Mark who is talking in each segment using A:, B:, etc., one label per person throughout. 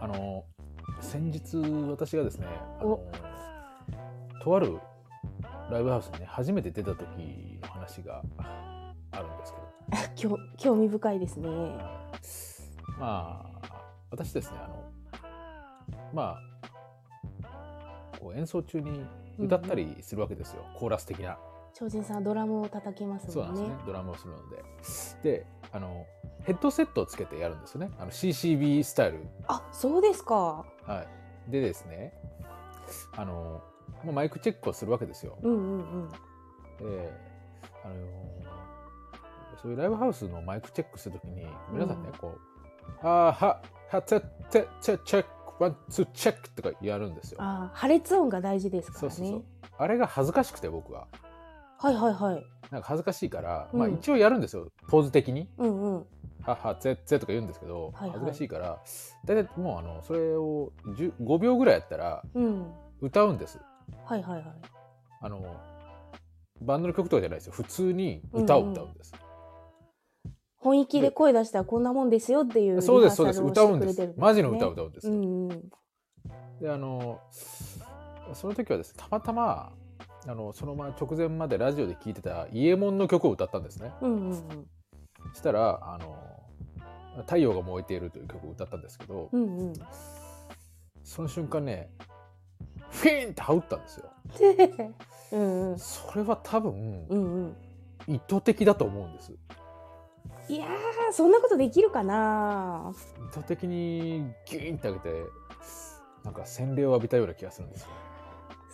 A: あの先日私がですねあのとあるライブハウスにね初めて出た時の話があるんですけど
B: 興興味深いですね。
A: まあ私ですねあのまあこう演奏中に歌ったりするわけですよ、コーラス的な
B: 超人さんはドラムを叩きます
A: そう
B: も
A: なんんで
B: ね。
A: すねドラムをするのでであのヘッドセットをつけてやるんですよねあの CCB スタイル
B: あ、そうですか。
A: はいでですねあの、まあ、マイクチェックをするわけですよ、
B: うんうんうん。
A: であのそういうライブハウスのマイクチェックするときに皆さんね、
B: うん
A: こう「あーははてててチェックワンツーチェック」とかやるんですよあ
B: あー、破裂音が大事ですから
A: そう
B: ね。
A: そうそうれが恥ずかしくて僕は
B: はいはいはい。
A: なんか恥ずかしいから、まあ
B: うん
A: 一応やるんですよポーズ的に
B: うんうん。
A: 「ははてて」とか言うんですけど、
B: はいはい
A: 恥ずかしいから大体もうあのそれを10 5秒ぐらいやったら
B: うん。
A: 歌うんです
B: はいはいはい。
A: あのバンドの曲とかじゃないですよ普通に歌を歌うんです、
B: 本域で声出したらこんなもんですよっていうリハ
A: そうで
B: ー
A: す
B: サ
A: そうです
B: ルを
A: 歌うん
B: してく
A: で
B: れ
A: す
B: てるんですね。
A: マジの歌を歌うんです、
B: うんうん。
A: であのその時はですねたまたまあのその前直前までラジオで聴いてた「伊右衛門」の曲を歌ったんですね
B: うんうんうん。
A: したら「あの太陽が燃えている」という曲を歌ったんですけど、
B: うん うん。
A: その瞬間ねフィーンって羽打ったんですよ
B: うんうん。
A: それは多分
B: うんうん。
A: 意図的だと思うんです意
B: いやー、そんなことできるかな。
A: 図的にギューンって上げてなんか洗礼を浴びたような気がするんですよ、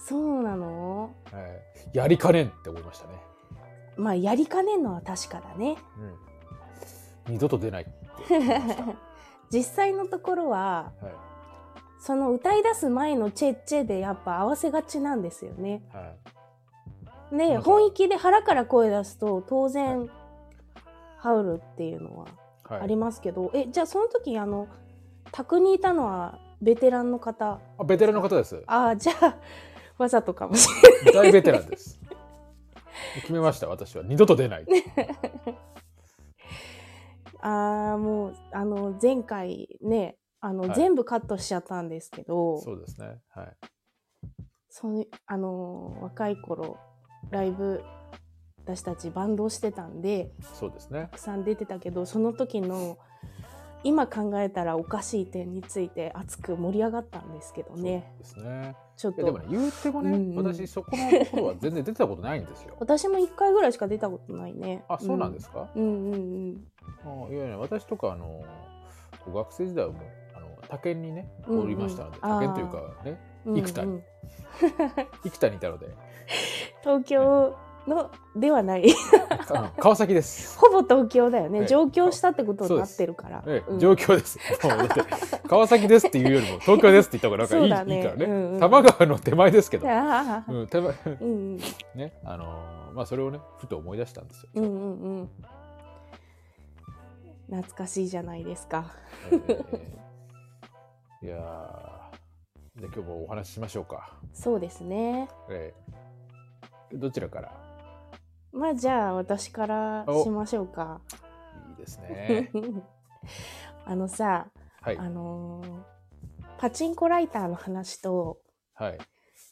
B: そうなの。
A: えーやりかねんって思いましたね、
B: まあ、やりかねんのは確かだね。
A: うん、二度と出ないって思いました、はい
B: 実際のところはその歌い出す前のチェッチェでやっぱ合わせがちなんですよね。
A: はい
B: で
A: なんか
B: 本域で腹から声出すと当然、ハウルっていうのは
A: はい、
B: ありますけど、えじゃあその時あの宅にいたのはベテランの方
A: あベテランの方です。
B: ああじゃあわざとかもしれ
A: 大ベテランです。決めました、私は。二度と出ない。
B: ないあーもうあの前回ねあの、
A: はい
B: 全部カットしちゃったんですけど
A: そうですね。はい。
B: そうあのー若い頃ライブ私たちバンドをしてたんで
A: そうですね
B: た。くさん出てたけどその時の今考えたらおかしい点について熱く盛り上がったんですけどね
A: そうですね。
B: ちょっ
A: いや、でも
B: と
A: ね、言うてもね、
B: うんうん
A: 私、そこのところは全然出てたことないんですよ。
B: 私も1回ぐらいしか出たことないね、
A: あ、そうなんですすか。
B: うん、うんうん
A: あいやいや、私とか、あの、学生時代はもう、あの、他県にね、
B: うんうん
A: おりましたので、
B: あ
A: 他
B: ー
A: 県というか、ね、
B: うんうん
A: 幾多に生田にいたので。
B: 東京のではない
A: あの川崎です。
B: ほぼ東京だよ
A: ええ
B: ね上京したってことになってるから
A: ええ、
B: うん
A: 状況 です。もうだって川崎ですっていうよりも、東京ですって言った方が、なんかいい、
B: そう
A: いいか
B: だ
A: らね。
B: ねうんうん
A: 多摩川の手前ですけど。
B: ああ
A: うん、手前。
B: うんうん
A: ね、あのーまあそれをねふと思い出したんですよ。
B: うんうんうん。懐かしいじゃないですか。
A: え ーいやーで今日もお話ししましょうか。
B: そうですね。
A: えーどちらから
B: まあじゃあ私から
A: お
B: しましょうか。
A: いいです ね。
B: あのさ、
A: はい
B: あのーパチンコライターの話と
A: はい。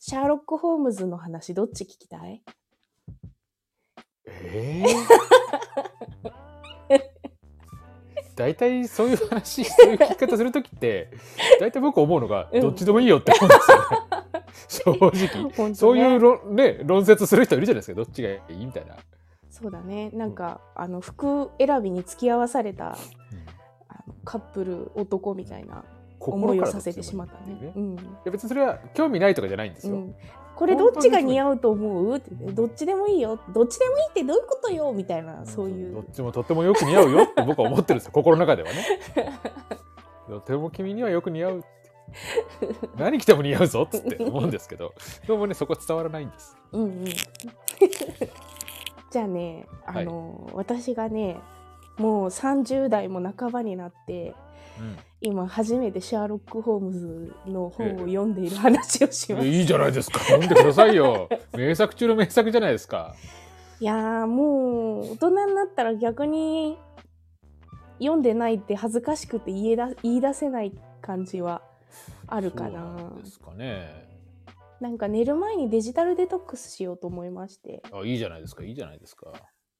B: シャーロック・ホームズの話どっち聞きた い
A: えー 大体そういう話そういう聞き方する時って大体僕思うのが、
B: うん
A: どっちでもいいよって思うんですよね 正直
B: 本当ね
A: そういう論,、ね、論説する人いるじゃないですかどっちがいいみたいな、
B: そうだねなんか、あの服選びに付き合わされたあのカップル男みたいな思いをさせてしまった
A: 心からどっちでもいいっていう
B: ね。うん
A: いや別にそれは興味ないとかじゃないんです
B: う
A: よ。
B: ん、これどっちが似合うと思うってどっちでもいいよどっちでもいいってどういうことよみたいなそうい
A: どっ
B: う
A: ちもとってもよく似合うよって僕は思ってる んですよ心の中ではね。とても君にはよく似合うって何着ても似合うぞっつって思うんですけどどうもねそこは伝わらないんです。
B: うんうんじゃあねあの、私がねもう30代も半ばになって今初めてシャーロック・ホームズの本を読んでいる話をし
A: うん
B: ます、
A: いいじゃないですか読んでくださいよ名作中の名作じゃないですか。
B: いやーもう大人になったら逆に読んでないって恥ずかしくて言えだ言い出せない感じはあるかな
A: そうなんですかね
B: なんか寝る前にデジタルデトックスしようと思いまして
A: あいいじゃないですかいいじゃないですか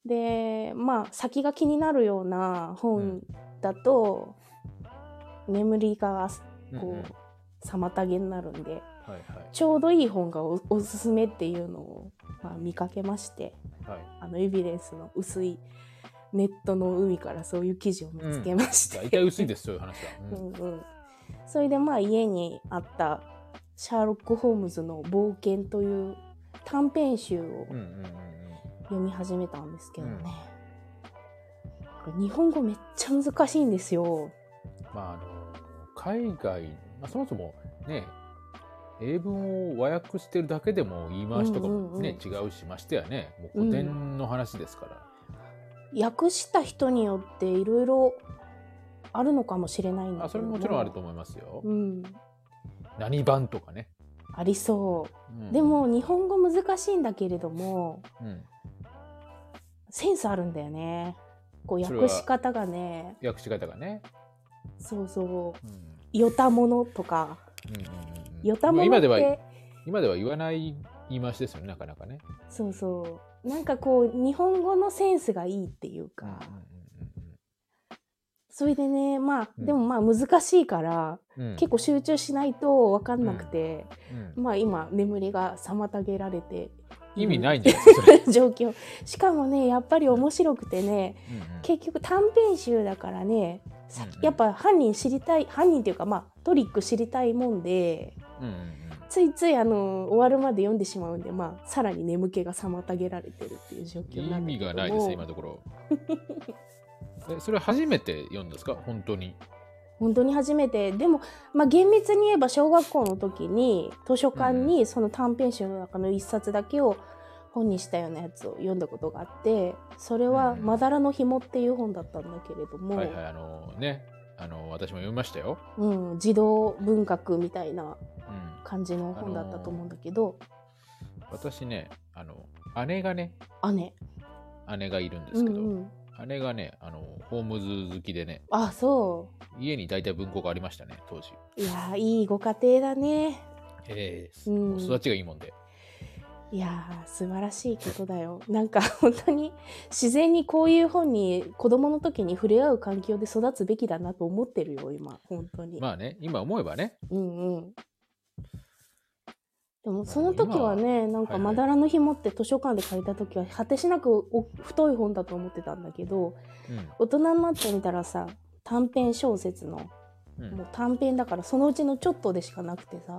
B: でまあ先が気になるような本だと、眠りが
A: うんうん
B: こう妨げになるんで
A: はいはい
B: ちょうどいい本がおおすすめっていうのを、まあ、見かけまして
A: はい
B: あのエビデンスの薄いネットの海からそういう記事を見つけまして、
A: 大体薄いですそういう話は、う
B: うんんうん、それでまあ家にあった「シャーロック・ホームズの冒険」という短編集を
A: うんうんうんうん
B: 読み始めたんですけどね、
A: うん
B: これ日本語めっちゃ難しいんですよ。
A: まあ、あの海外、まあ、そもそもね英文を和訳してるだけでも言い回しとか
B: うんう
A: も
B: んうん
A: ね、違うしましてやねもう古典の話ですから、
B: 訳した人によっていろいろあるのかもしれないんだけど
A: あそれももちろんあると思いますよ。
B: うん、
A: 何版とかね。
B: ありそう
A: うん
B: で、も日本語難しいんだけれども
A: うん、
B: センスあるんだよねこう
A: それ
B: 訳
A: は
B: し方がね
A: 訳し方がね。
B: そうそう
A: うんうん
B: 「よたもの」とか
A: うん
B: 「
A: うん
B: よたもの」
A: 今
B: っ
A: では
B: て
A: 今では言わない言い回しですよねなかなかね。
B: そうそうなんかこう日本語のセンスがいいってい
A: うん
B: う
A: うん
B: か、それでねまあ
A: うん
B: でもまあ難しいから、
A: うんうんうん
B: 結構集中しないと分かんなくて、
A: うん
B: まあ今眠りが妨げられて
A: 意味ないんじゃないですか。そ れ
B: 状況しかもねやっぱり面白くてね
A: うんうん
B: 結局短編集だからねさ
A: うんうん
B: やっぱ犯人知りたい犯人っていうかまあトリック知りたいもんで
A: うんうんうん
B: ついついあの終わるまで読んでしまうんでまあさらに眠気が妨げられてるっていう状況
A: 意
B: なんだ
A: 味
B: けども
A: がないですね今のところえそれ初めて読んだんですか本当に
B: 本当に初めてでも、まあ、厳密に言えば小学校の時に図書館にその短編集の中の一冊だけを本にしたようなやつを読んだことがあってそれは
A: う
B: 「
A: ん
B: まだらの紐」っていう本だったんだけれども、
A: はいはいあのねあの私も読みましたよ、
B: うん、児童文学みたいな
A: うん、
B: 感じの本だったと思うんだけど、
A: 私ねあの姉がね
B: 姉、
A: 姉がいるんで
B: う
A: す
B: ん
A: けど、
B: うん、
A: 姉がねあのホームズ好きでね
B: あそ
A: 家に大体文庫がありましたね当時、
B: ういやーいいご家庭だね
A: ええ
B: うん
A: もう育ちがいいもんで
B: いやー素晴らしいことだよなんか 本当に自然にこういう本に子供の時に触れ合う環境で育つべきだなと思ってるよ今本当に、
A: まあね今思えばね
B: うんうんでもその時はねなん
A: は
B: か「
A: いは
B: ま
A: い
B: だらの紐」って図書館で借りた時は果てしなくお太い本だと思ってたんだけど
A: うん
B: 大人になってみたらさ短編小説の
A: うんうん
B: もう短編だからそのうちのちょっとでしかなくてさ
A: う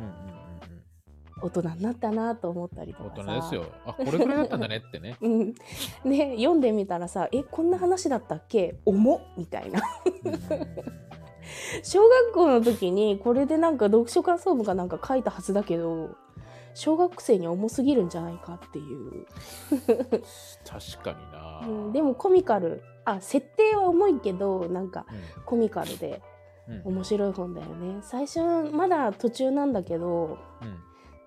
A: んうんうん
B: 大人になったなと思ったりと
A: 大
B: かさ
A: 人ですよあこれくらいだったんだねって ね
B: うん、で読んでみたらさ「えこんな話だったっけ重っ」みたいな
A: うんうんうんうん
B: 小学校の時にこれでなんか読書感想文かなんか書いたはずだけど小学生には重すぎるんじゃないかっていう、
A: 確かにな、
B: うん、でもコミカルあ設定は重いけどなんかコミカルで
A: うん、うん
B: 面白い本だよね最初まだ途中なんだけど
A: うん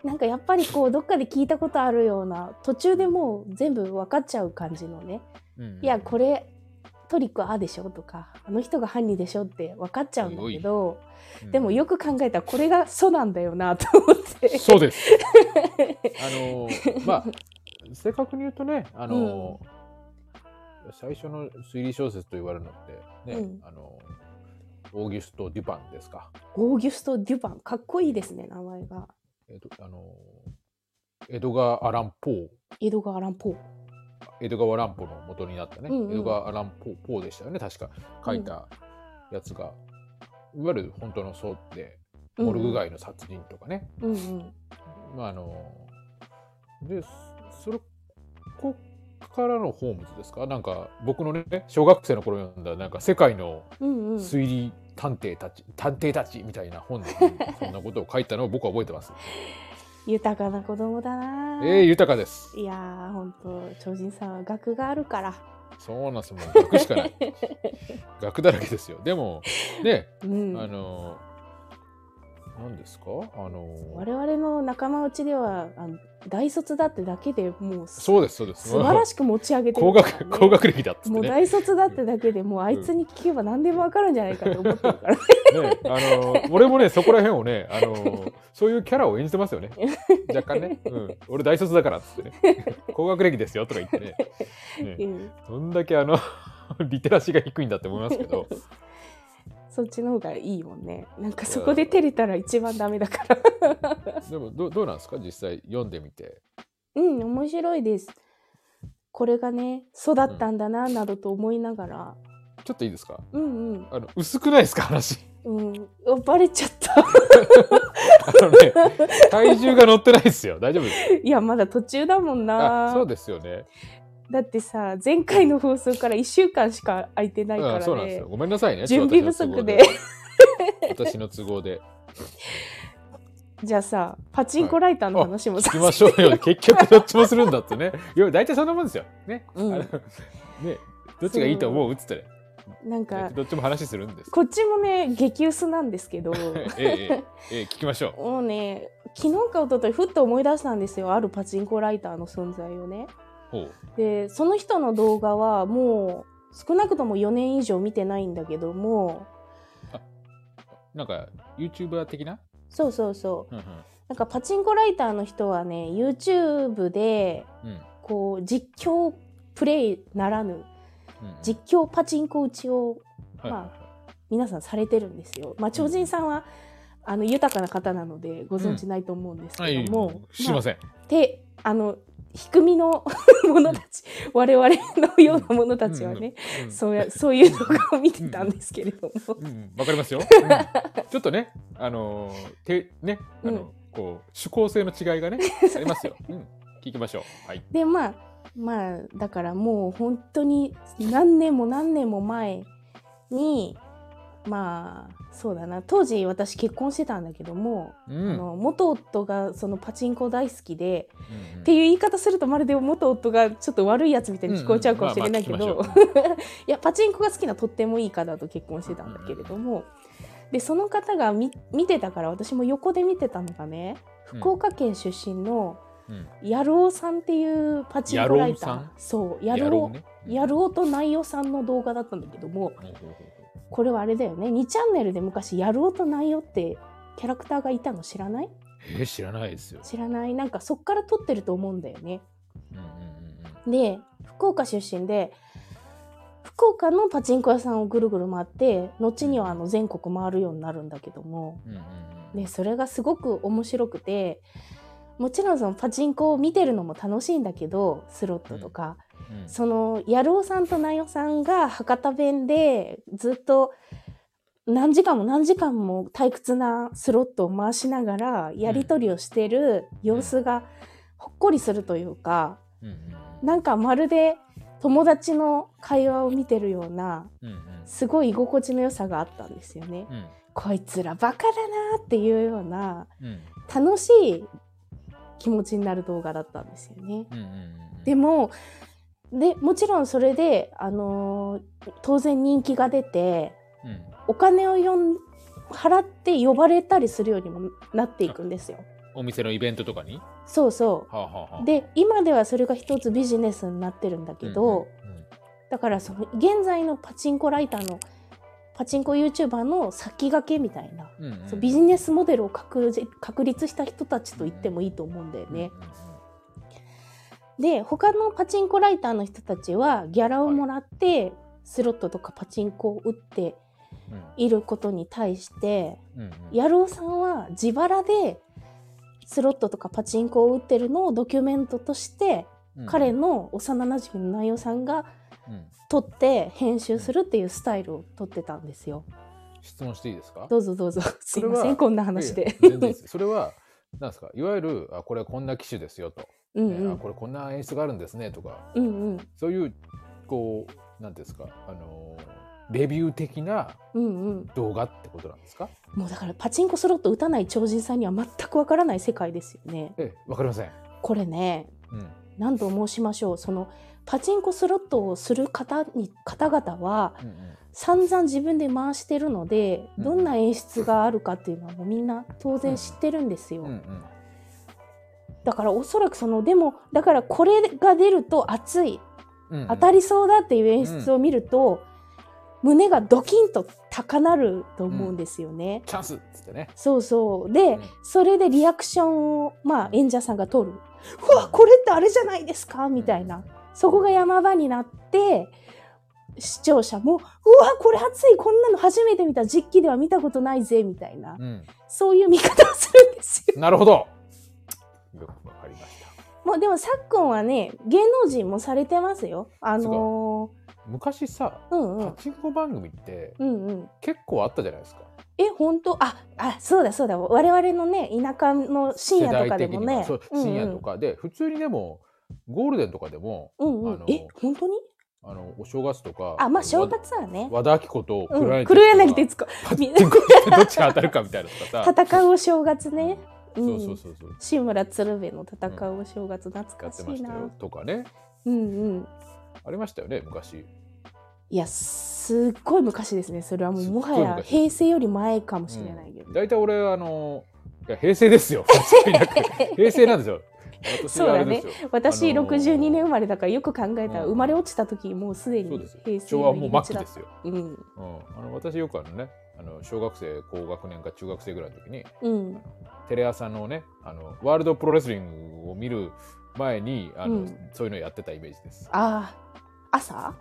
B: なんかやっぱりこうどっかで聞いたことあるような途中でもう全部分かっちゃう感じのね
A: うん
B: いやこれトリックはあでしょとかあの人が犯人でしょって分かっちゃうんだけどでもよく考えたらこれが素なんだよなと思って
A: そうです あのーまあ正確に言うとねあのー、最初の推理小説と言われるのってね、
B: うん
A: あのーオーギュスト・デュパンですか、
B: オーギュスト・デュパンかっこいいですね名前が
A: えっとあのーエドガー・アラン・ポー
B: エドガー・アラン・ポー
A: エドガー・アラン・ポーの元になったね、
B: うんうん
A: エドガー・アラン・ポーポーでしたよね確か書いたやつが、いわゆる本当のそうでモルグ街の殺人とかね、
B: うんうん
A: まああのでそそれこっからのホームズですかなんか僕のね小学生の頃読んだなんか世界の
B: うんうん
A: 推理探偵たち、探偵たちみたいな本 でそんなことを書いたのを僕は覚えてます。
B: 豊かな子供だな
A: えー、豊かです。
B: いやーほんと超人さんは学があるから
A: そうなんですもう学しか ない。学だらけですよ。でもね、
B: うん
A: あの何ですかあの
B: 我々の仲間内ではあの大卒だってだけでもうす
A: そうですそうです
B: 素晴らしく持ち上げて
A: 高
B: るからね、
A: 学高学歴だっつって
B: もう
A: ね
B: 大卒だってだけでもうあいつに聞けば何でもわかるんじゃないかと思ってるからね
A: ね、あの俺もねそこら辺をねあのそういうキャラを演じてますよね若干ね、うん、俺大卒だからっつってね高学歴ですよとか言ってね
B: う
A: ね
B: ん
A: どんだけあの リテラシーが低いんだって思いますけど
B: そっちの方がいいもんねなんかそこで照れたら一番ダメだから
A: でもどどうなんですか実際読んでみて
B: うん面白いですこれがね育ったんだななどと思いながら、
A: ちょっといいですか
B: うんうん
A: あの薄くないですか話
B: うんあバレちゃった
A: あのね体重が乗ってないですよ大丈夫です
B: いやまだ途中だもん
A: あ
B: な
A: そうですよね
B: だってさ前回の放送から1週間しか空いてないか
A: あそう
B: ら
A: なんです
B: ね
A: よごめんなさいね
B: 準備不足で
A: 私の都合で
B: じゃあさパチンコライターの話も
A: 聞
B: さ
A: きましょうよ結局どっちもするんだってねいや大体そんなもんですよね、
B: うん
A: あのねどっちがいいと思うっつってね
B: なんか
A: どっちも話するんです
B: こっちもね激薄なんで すけど
A: ええええええ聞きましょ
B: もうね昨日か一昨日ふっと思い出したんですよあるパチンコライターの存在をね
A: うほう
B: でその人の動画はもう少なくとも4年以上見てないんだけども
A: なんか YouTuber 的な、
B: そうそうそう
A: うん
B: なんかパチンコライターの人はね YouTube で
A: うんうん
B: こう実況プレイならぬ
A: うん、
B: 実況パチンコ打ちを
A: はいはいはい
B: 皆さんされてるんですよ。まあ、超人さんは、あの豊かな方なのでご存知ないと思うんです
A: は
B: け
A: い、
B: ども、
A: すいません。
B: あであの低みの 者たち、我々のような者たちはね、
A: うん
B: そうやそういう動画を見てたんですけれども、
A: うんうん、わかりますよ。うんちょっとね、あのー、て、ね、あの、
B: うん
A: こう、趣向性の違い がね、ありますよ。うん、聞きましょう。はい。
B: でまあまあだからもう本当に何年も何年も前にまあそうだな当時私結婚してたんだけども、
A: うん、
B: あの元夫がそのパチンコ大好きで、
A: うん
B: っていう言い方するとまるで元夫がちょっと悪いやつみたいに聞こえちゃうかもしれないけ
A: うんうんま
B: ど
A: あまあ聞
B: いやパチンコが好きなとってもいい方と結婚してたんだけれどもでその方が見見てたから私も横で見てたのがね
A: うん
B: 福岡県出身の
A: うん
B: 野郎さんっていうパチンコライタ
A: 野郎さ
B: ー
A: ん
B: そう
A: や
B: 野
A: ろ
B: 郎
A: うね。
B: 野郎と内容さんの動画だったんだけども
A: うん。ほうほうほ
B: これはあれだよね2チャンネルで昔野郎と内容ってキャラクターがいたの知らないう
A: えー、知らないですよ。
B: 知らないなんかそっから撮ってると思うんだよね
A: うんうん
B: で福岡出身で福岡のパチンコ屋さんをぐるぐる回って後にはあの全国回るようになるんだけども、
A: うんうん。うんうんうん。
B: ね、それがすごく面白くてもちろんそのパチンコを見てるのも楽しいんだけどスロットとか、
A: うん。
B: その野郎さんとナヨさんが博多弁でずっと何時間も何時間も退屈なスロットを回しながらやり取りをしてる様子がほっこりするというか。
A: うんうん
B: なんかまるで友達の会話を見てるような
A: うん。うん
B: すごい居心地の良さがあったんですよね。
A: うん。
B: こいつらバカだなっていうような
A: うんうん
B: 楽しい気持ちになる動画だったんですよね。
A: うんうん。
B: で
A: も、
B: もでもちろんそれで、あのー当然人気が出て
A: うん。
B: お金をよん払って呼ばれたりするようにもなっていくんですよ。
A: お店のイベントとかに。は
B: そうそ
A: あ、はあはあ。
B: う。で今ではそれが一つビジネスになってるんだけど、
A: うんうんうん
B: だからその現在のパチンコライターのパチンコ YouTuber の先駆けみたいな、
A: うんうんうん
B: そうビジネスモデルを確立確立した人たちと言ってもいいと思うんだよね。
A: うんうんうん
B: で他のパチンコライターの人たちはギャラをもらってスロットとかパチンコを打っていることに対して
A: うんうん
B: 野郎さんは自腹でスロットとかパチンコを打ってるのをドキュメントとして
A: うん
B: 彼の幼なじみの内容さんが
A: うん
B: 撮って編集するっていうスタイルを撮ってたんですよ。
A: 質問していいですか
B: どう ぞどうぞ。すい
A: れは
B: ませんこんな話で。
A: いやいや全然いいですよそ れはなんですかいわゆるあこれはこんな機種ですよと、
B: うん
A: ね
B: う
A: あ
B: ん
A: これこんな演出があるんですねとか
B: うんうん
A: そういうこうなんていうんですかあのーレビュー的な
B: うんうん。
A: 動画ってことなんですか
B: もうだからパチンコスロット打たない超人さんには全くわからない世界ですよね。
A: ええわかりません、
B: これね
A: うん、
B: 何と申しましょうそのパチンコスロットをする方に方々は
A: うんうん
B: 散々自分で回してるので
A: うん
B: どんな演出があるかっていうのはもうみんな当然知ってるんですよ、
A: うんうん
B: だからおそらくそのでもだからこれが出ると熱い
A: うんうん
B: 当たりそうだっていう演出を見ると、胸がドキンと高鳴ると思うんですよね。
A: チャンスっつってね。
B: そうそうで、
A: うん
B: それでリアクションを、まあ、演者さんが取る「うわこれってあれじゃないですか」みたいなそこが山場になって視聴者も「うわこれ熱いこんなの初めて見た実機では見たことないぜ」みたいな
A: うん。
B: そういう見方をするんですよ。
A: なるほど。よくわかりました。
B: もうでも昨今はね芸能人もされてますよ。あの
A: 昔さ、
B: ーうんう
A: パ
B: ん
A: チンコ番組って
B: うんうん
A: 結構あったじゃないですか。
B: え本当ああそうだそうだ我々のね田舎の深夜とかでもね
A: そう深夜とかで、普通にでもゴールデンとかでも
B: うんうん、
A: あの
B: え本当に
A: あのお正月とか
B: あま
A: の
B: あ正月はね
A: 和田アキ子と
B: う
A: 黒
B: ん
A: 柳
B: 黒柳
A: 徹
B: 徹
A: 子
B: 子
A: がパチンコして どっちが当たるかみたいなと かさ。
B: 戦うお正月ね、う
A: そ
B: ん、
A: うそうそうそう。
B: 志村鶴瓶の戦うお正月懐
A: や
B: か
A: って
B: し
A: ま
B: い
A: した
B: な
A: よとかね
B: うんうん
A: ありましたよね昔
B: いやすっごい昔ですねそれはもう
A: すっ
B: も
A: ごい
B: はや
A: 昔
B: 平成より前かもしれないけど、
A: うん大体俺あのいや平成です よ間違いなく平成なんですよ私はあれですよ
B: 私
A: あのー
B: 62年生まれだからよく考えたら
A: うん
B: 生まれ落ちた時もうすで
A: そ
B: に
A: うです
B: 平成
A: 昭
B: の
A: 和
B: 入り
A: もう末期
B: 口だ
A: ですよ、
B: うん
A: うん、あの私よくあのねあの小学生高学年か中学生ぐらいの時に
B: うん
A: テレ朝のねあのワールドプロレスリングを見る前にあの、
B: うん
A: そういうのやってたイメージです
B: ああ朝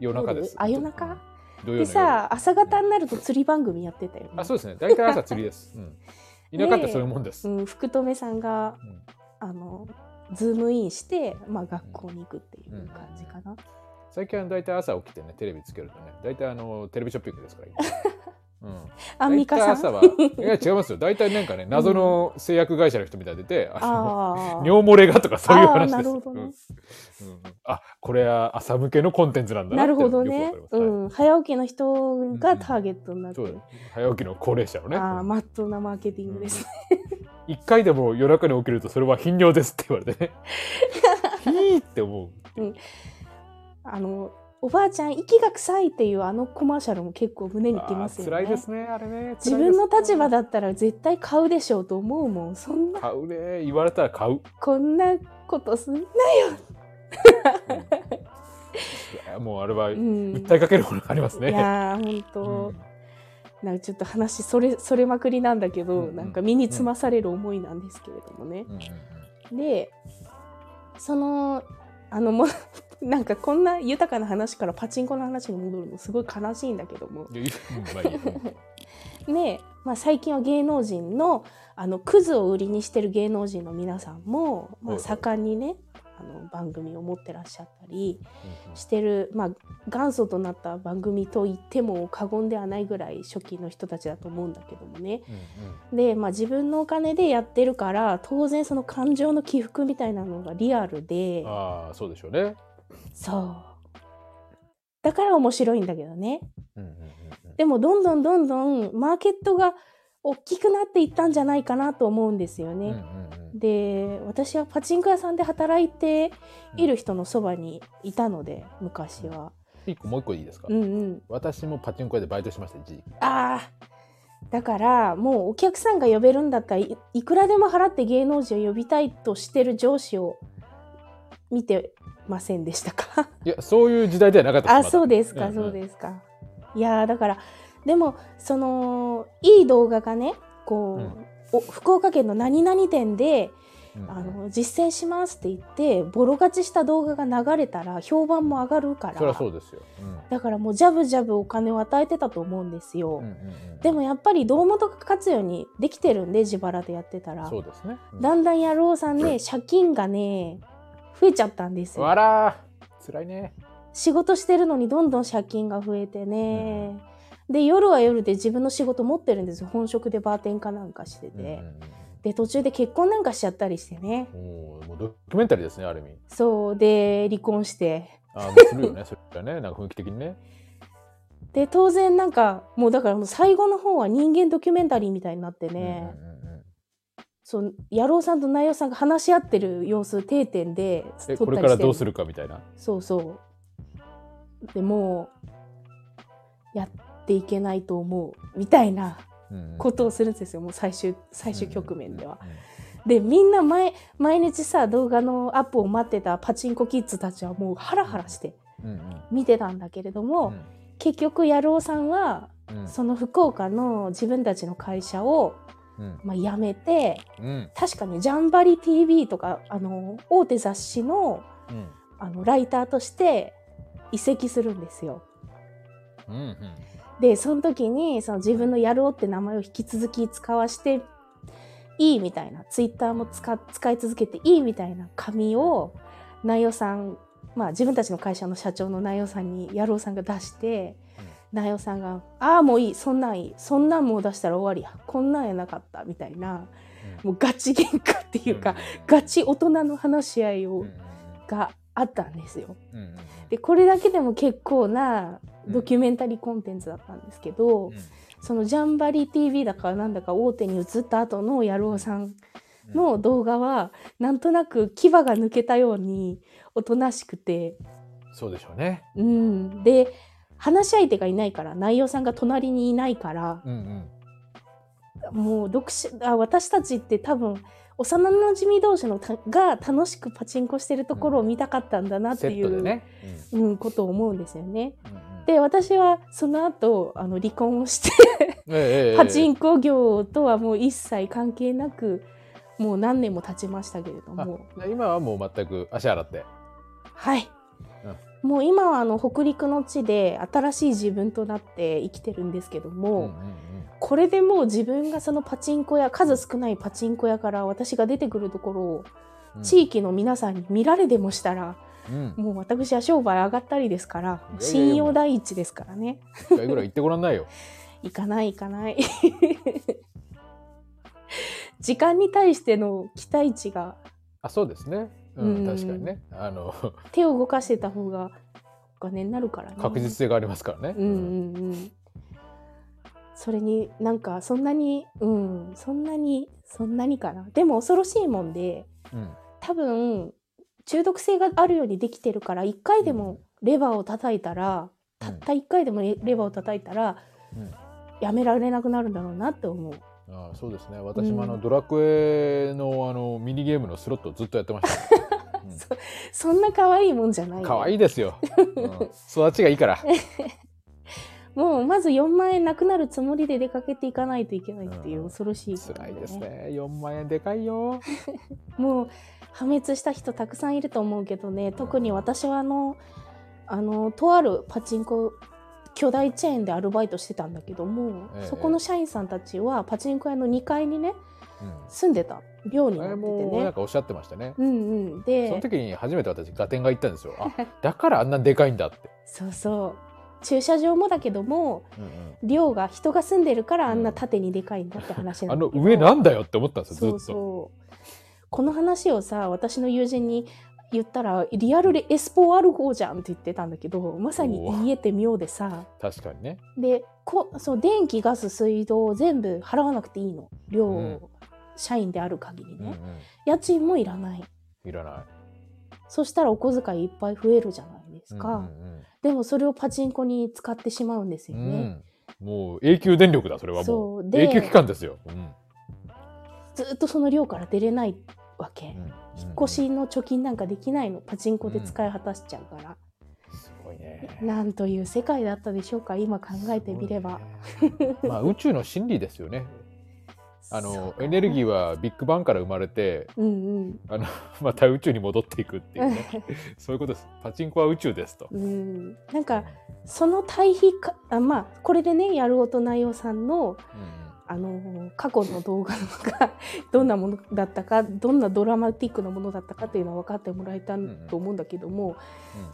A: 夜中です
B: あ夜
A: 土
B: 中
A: 曜の夜
B: でさ朝方になると釣り番組やってたよね
A: あそうですね大体朝釣りです、うん、田舎ってそういうもんです、
B: うん、福留さんが
A: うん
B: あのズームインして、まあ、学校に行くっていう感じかな、
A: 最近は大体朝起きてねテレビつけるとね大体あのテレビショッピングですから 今、うん、
B: アンミカさん
A: 大体朝はいや違いますよ大体なんかね謎の製薬会社の人みたいに出て、あの
B: あ ー
A: 尿漏れがとかそういう話です
B: あーなるほどね
A: うんうんあこれは朝向けのコンテンツなんだな
B: な
A: って
B: る
A: いう
B: ほ
A: の
B: ど
A: がよ
B: ね
A: くわ、か
B: う
A: りま
B: ん、早起きの人がターゲットになっ
A: す
B: て
A: はい
B: る、
A: そう早起きの高齢者のね
B: あ
A: う
B: あー
A: ん
B: まっとうなマーケティングですね、
A: 一回でも夜中に起きるとそれは頻尿ですって言われてねひーって思 う
B: あのおばあちゃん息が臭いっていうあのコマーシャルも結構胸にきますよね
A: あー辛いですねあれね
B: 自分の立場
A: だ
B: だったら絶対買うでしょうと思うもんそんな
A: 買うね言われたら買う
B: こんなことすんな、
A: いやもうあれは
B: うん、
A: 訴えかけるものがあります
B: い
A: ね。
B: やー本当、
A: うん
B: なんかちょっと話それそれまくりなんだけど、
A: うんうん
B: なんか身につまされる思いなんですけれどもね。
A: うん
B: でそのあのもう なんかこんな豊かな話からパチンコの話に戻るのすごい悲しいんだけども
A: うんいやいいうんまあいいうん
B: ね、まあ、最近は芸能人のあのクズを売りにしてる芸能人の皆さんも、ま
A: はいは
B: あ、
A: い
B: 盛んにねあの番組を持ってらっしゃったりしてる、まあ、元祖となった番組と言っても過言ではないぐらい初期の人たちだと思うんだけどもね。
A: うん
B: で、まあ、自分のお金でやってるから当然その感情の起伏みたいなのがリアルで
A: うんああそうでしょうね。
B: そうだから面白いんだけどね
A: うんうんうんうん
B: でもどんどんどんどんマーケットが大きくなっていったんじゃないかなと思うんですよ
A: うんうん
B: ね、
A: うん
B: で私はパチンコ屋さんで働いている人のそばにいたので昔は
A: 一個もう一個いいですか
B: う。んうん
A: 私もパチンコ屋でバイトしました一時期。
B: ああだからもうお客さんが呼べるんだったらいいくらでも払って芸能人を呼びたいとしてる上司を見てませんでしたか
A: いやそういう時代ではなかった
B: あそうです
A: う
B: か
A: ん
B: そうですか、いやーだからでもそのいい動画がねこう、
A: うん
B: お福岡県の何々店で
A: す。うん
B: あの実践しますって言ってボロ勝ちした動画が流れたら評判も上がるから
A: そりゃそうですよ。うん
B: だからもうジャブジャブお金を与えてたと思うんです
A: う
B: よ。
A: んうんうん
B: でもやっぱり堂本が勝つようにできてるんで自腹でやってたら、
A: そうですね。うん
B: だんだん野郎さんね借金がね増えちゃったんです
A: あ
B: よ
A: らー辛いね。
B: 仕事してるのにどんどん借金が増えてね、で夜は夜で自分の仕事持ってるんですよ本職でバーテンかなんかしてて、
A: うんうんうん
B: で途中で結婚なんかしちゃったりしてね
A: おーもうドキュメンタリーですねある意味。
B: そうで離婚して
A: あーもうするよね それはねなんか雰囲気的にね。
B: で当然なんかもうだからもう最後の方は人間ドキュメンタリーみたいになってね、
A: うんうんうんうん
B: そう野郎さんと内容さんが話し合ってる様子定点で
A: え
B: 撮
A: こ
B: ったりし
A: れ
B: て
A: からどうするかみたいな
B: そうそうでもうやっていけないと思うみたいなことをするんですよもう最終最終局面では。、
A: うんうん
B: でみんな毎毎日さ動画のアップを待ってたパチンコキッズたちはもうハラハラして
A: うんうん
B: 見てたんだけれども、結局野郎さんは
A: うん
B: その福岡の自分たちの会社を、
A: うん
B: まあ、辞めて
A: うん
B: 確かにジャンバリ TV とかあの大手雑誌の
A: うん
B: あのライターとして移籍するんですよ。
A: うん
B: でその時にその自分の「やろう」って名前を引き続き使わしていいみたいなツイッターも使使い続けていいみたいな紙を内容さんまあ自分たちの会社の社長の内容さんにやろうさんが出して
A: うん
B: 内容さんが「ああもういいそんなんいいそんなんもう出したら終わりやこんなんやなかった」みたいなもうガチ喧嘩っていうか、ガチ大人の話し合いを、
A: うん
B: があったんですよ。
A: うんうん
B: でこれだけでも結構なドキュメンタリーコンテンツだったんですけ
A: う
B: ど。
A: ん
B: そのジャンバリ TV だからなんだか大手に移った後の野郎さん
A: うん
B: の動画はなんとなく牙が抜けたようにおとなしくて
A: そうでしょうね
B: うんで話し相手がいないから内容さんが隣にいないから
A: うんうん
B: もう読者あ私たちって多分幼なじみ同士のたが楽しくパチンコしてるところを見たかったんだなって
A: セ
B: い
A: ットで
B: う、
A: ね
B: うん、ことを思うんですよね。
A: うんうん
B: で私はその後あの離婚をして
A: ええええ
B: パチンコ業とはもう一切関係なくもう何年も経ちましたけれども
A: あ今はもう全く足洗って
B: はい、もう今はあの北陸の地で新しい自分となって生きてるんですけども、
A: うんうん
B: これでもう自分がそのパチンコ屋数少ないパチンコ屋から私が出てくるところを
A: うん
B: 地域の皆さんに見られでもしたら、
A: うん
B: もう私は商売上がったりですから
A: いやいや
B: 信用第一ですからね
A: 一回ぐらい行ってごらんないよ
B: 行かない行かない 時間に対しての期待値が
A: あそうですねうん
B: うん
A: 確かにねあの
B: 手を動かしてた方がお金になるからね
A: 確実性がありますからね
B: うんうんうんそれになんかそんなにうんそんなにそんなにかなでも恐ろしいもんで
A: うん
B: 多分中毒性があるようにできてるから1回でもレバーを叩いたらたった1回でもレレバーを叩いたら、
A: うん
B: やめられなくなるんだろうなって思う。
A: あそうですね私もあの、
B: うん
A: ドラクエのあのミニゲームのスロットをずっとやってましたうん
B: そそんな可愛いもんじゃないよ
A: 可愛いですよ、うん育ちがいいから、
B: もうまず4万円なくなるつもりで出かけていかないといけないっていう
A: うん
B: 恐ろしいことだ
A: 辛
B: よ
A: いですね4万円でかいよ、
B: もう破滅した人たくさんいると思うけどね特に私はあのあのとあるパチンコ巨大チェーンでアルバイトしてたんだけども、
A: ええ
B: そこの社員さんたちはパチンコ屋の2階にね
A: うん、
B: 住んでた寮に
A: あ
B: な
A: れ
B: ってて
A: もなん
B: ね。
A: かおっしゃってましたね、
B: うんうん、
A: その
B: で
A: 時に初めて私ガテンが行ったんですよ あだからあんなでかいんだって、
B: そうそう駐車場もだけども寮が人が住んでるからあんな縦にでかいんだって話な
A: あ
B: ん
A: の
B: だけど
A: 上なんだよって思ったんです
B: そ
A: よ
B: う
A: ずっと
B: そうこの話をさ私の友人に言ったらリアルでエスポアルゴじゃんって言ってたんだけどまさに家って妙でさ
A: 確かにね
B: でこそう電気ガス水道を全部払わなくていいの寮、
A: うん
B: 社員である限り
A: うんう
B: ね、
A: ん
B: 家賃もいらない
A: いらない
B: そしたらお小遣いいっぱい増えるじゃないですか、
A: うん
B: でもそれをパチンコに使ってしまうんです
A: うん
B: よ
A: う
B: ね、
A: んうんもう永久電力だそれはも
B: そううで
A: 永久期間ですよ、うん
B: ずっとその寮から出れないわけ、
A: うん
B: 引っ越しの貯金なんかできないのパチンコで使い果たしちゃうから、
A: すごいね
B: なんという世界だったでしょうか今考えてみれば、
A: すごいね。まあ宇宙の真理ですよね。あ のエネルギー
B: は
A: はビッグバンから生まれて、
B: うんうん
A: あの また宇宙に戻っていくっていうね。 そういうことです。パチンコは宇宙ですと。
B: うん、なんかその対比かあまあこれでねやる音内容さんの、
A: うん
B: あのー過去の動画がどんなものだったかどんなドラマティックなものだったかというのは分かってもらえた
A: んうん
B: と思うんだけども、
A: うん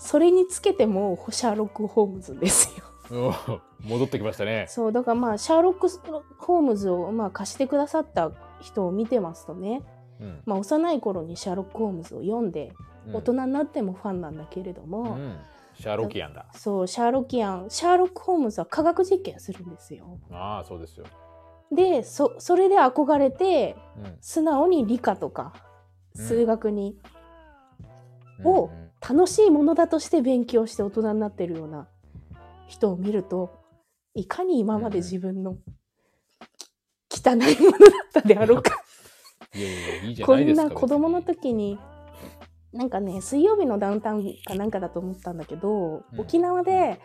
B: それにつけてもシャーロック・ホームズですよ。
A: おー 戻ってきましたね。
B: そうだからまあシャーロック・ホームズを、まあ、貸してくださった人を見てますとね、
A: うん
B: まあ、幼い頃にシャーロック・ホームズを読んで
A: うん
B: 大人になってもファンなんだけれど
A: う
B: も、
A: んシャーロキアンだ。
B: そうシャーロキアンシャーロック・ホームズは科学実験するんですよ
A: ああそうですよ。
B: でそそれで憧れて
A: うん
B: 素直に理科とか
A: うん
B: 数学に
A: うん
B: お
A: うん
B: 楽しいものだとして勉強して大人になってるような人を見るといかに今まで自分の汚いものだったであろうか
A: いやいやいいじゃ
B: こ
A: ない
B: ん
A: ですか
B: な子供の
A: 別に
B: 時になんかね水曜日のダウンタウンかなんかだと思ったんだけど、
A: うん
B: 沖縄で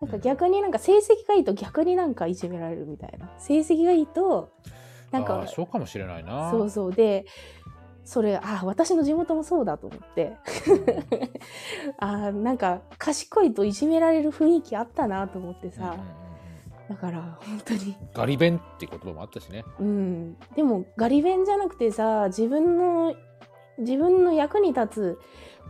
B: なんか逆になんか成績がいいと逆になんかいじめられるみたいな成績がいいとなん
A: あ
B: か
A: ーそうかもしれないな
B: そうそうでそれあー私の地元もそうだと思って あーなんか賢いといじめられる雰囲気あったなと思って
A: うんうんうん
B: さ
A: うん、
B: だから本当に
A: ガリ弁って言葉もあったしね
B: うん、でもガリ勉じゃなくてさ自分の自分の役に立つ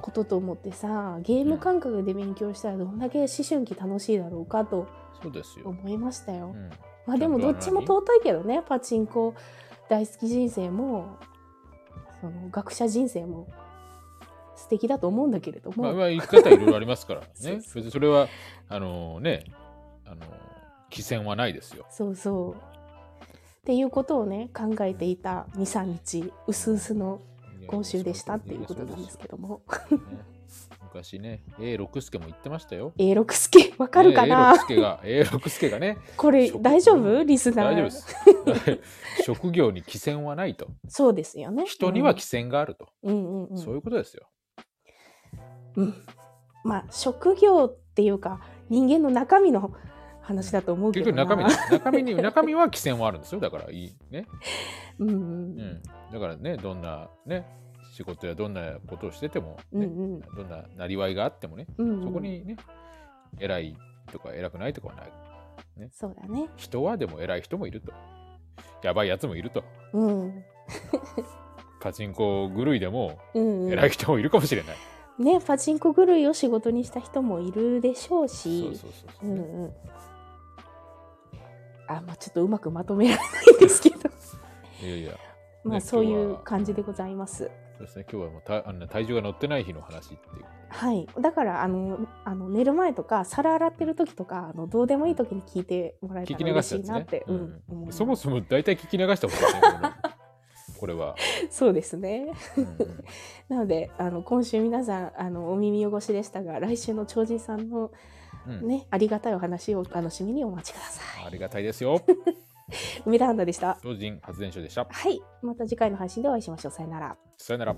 B: ことと思ってさゲーム感覚で勉強したらどんだけ思春期楽しいだろうかと
A: そうですよ、
B: 思いました
A: う
B: よ。
A: ん
B: まあでもどっちも尊いけどねパチンコ大好き人生もその学者人生も素敵だと思うんだけれども、
A: まあ、まあ生き方いろいろありますからね
B: そうそう
A: 別にそれはあのねあの寄せはないですよ
B: そうそう。っていうことをね考えていた23日うすうすの講習でしたっていうことなんですけども。
A: ど、ね昔ね A 六輔も言ってましたよ
B: A 六助わかるか
A: ね A
B: な、
A: 六輔が A 六輔が ね
B: これ
A: そう
B: 大丈夫リスナー
A: 大丈夫です 職業に寄せはないと
B: そうですよね
A: 人には寄せがあると、
B: うんうんうん、
A: そういうことですよ
B: うんまあ職業っていうか人間の中身の話だと思うけ
A: 結
B: ど
A: 局
B: な
A: 中身です中身に中身は寄せはあるんですよだからいいね
B: うんう
A: うんん、だからねどんなね仕事やどんなことをしてても、
B: うん
A: ね
B: うん
A: どんななりわいがあってもね
B: うんうん
A: そこにね偉いとか偉くないとかはない
B: そうだね
A: 人はでも偉い人もいるとやばいやつもいると
B: うん
A: パチンコ狂いでも
B: うんうん
A: 偉い人もいるかもしれない、
B: ねパチンコ狂いを仕事にした人もいるでしょうし
A: そうそうそうそうう、
B: んうんあまあちょっとうまくまとめられないですけど
A: いやいや
B: まあ
A: ね
B: そうい
A: 今日
B: う
A: は
B: 感じでございます
A: そうですね今日はもうたあの体重が乗ってない日の話っていう
B: はい、だからあのあの寝る前とか皿洗ってる時とかあのどうでもいい時に聞いてもらえた
A: 聞き
B: ら
A: 流
B: 嬉
A: したや
B: しい
A: つ
B: なっ
A: ね
B: て、、
A: う
B: うんん思います
A: そもそも大体聞き流したことないねこれは、
B: そうですね
A: うんうん
B: なのであの今週皆さんあのお耳汚しでしたが来週の長人さんの、
A: うん
B: ねありがたいお話をお楽しみにお待ちくださ
A: あ
B: い
A: りがたいですよ
B: 梅田アンダでした
A: 老人発電所でした
B: はいまた次回の配信でお会いしましょうさよなら
A: さよなら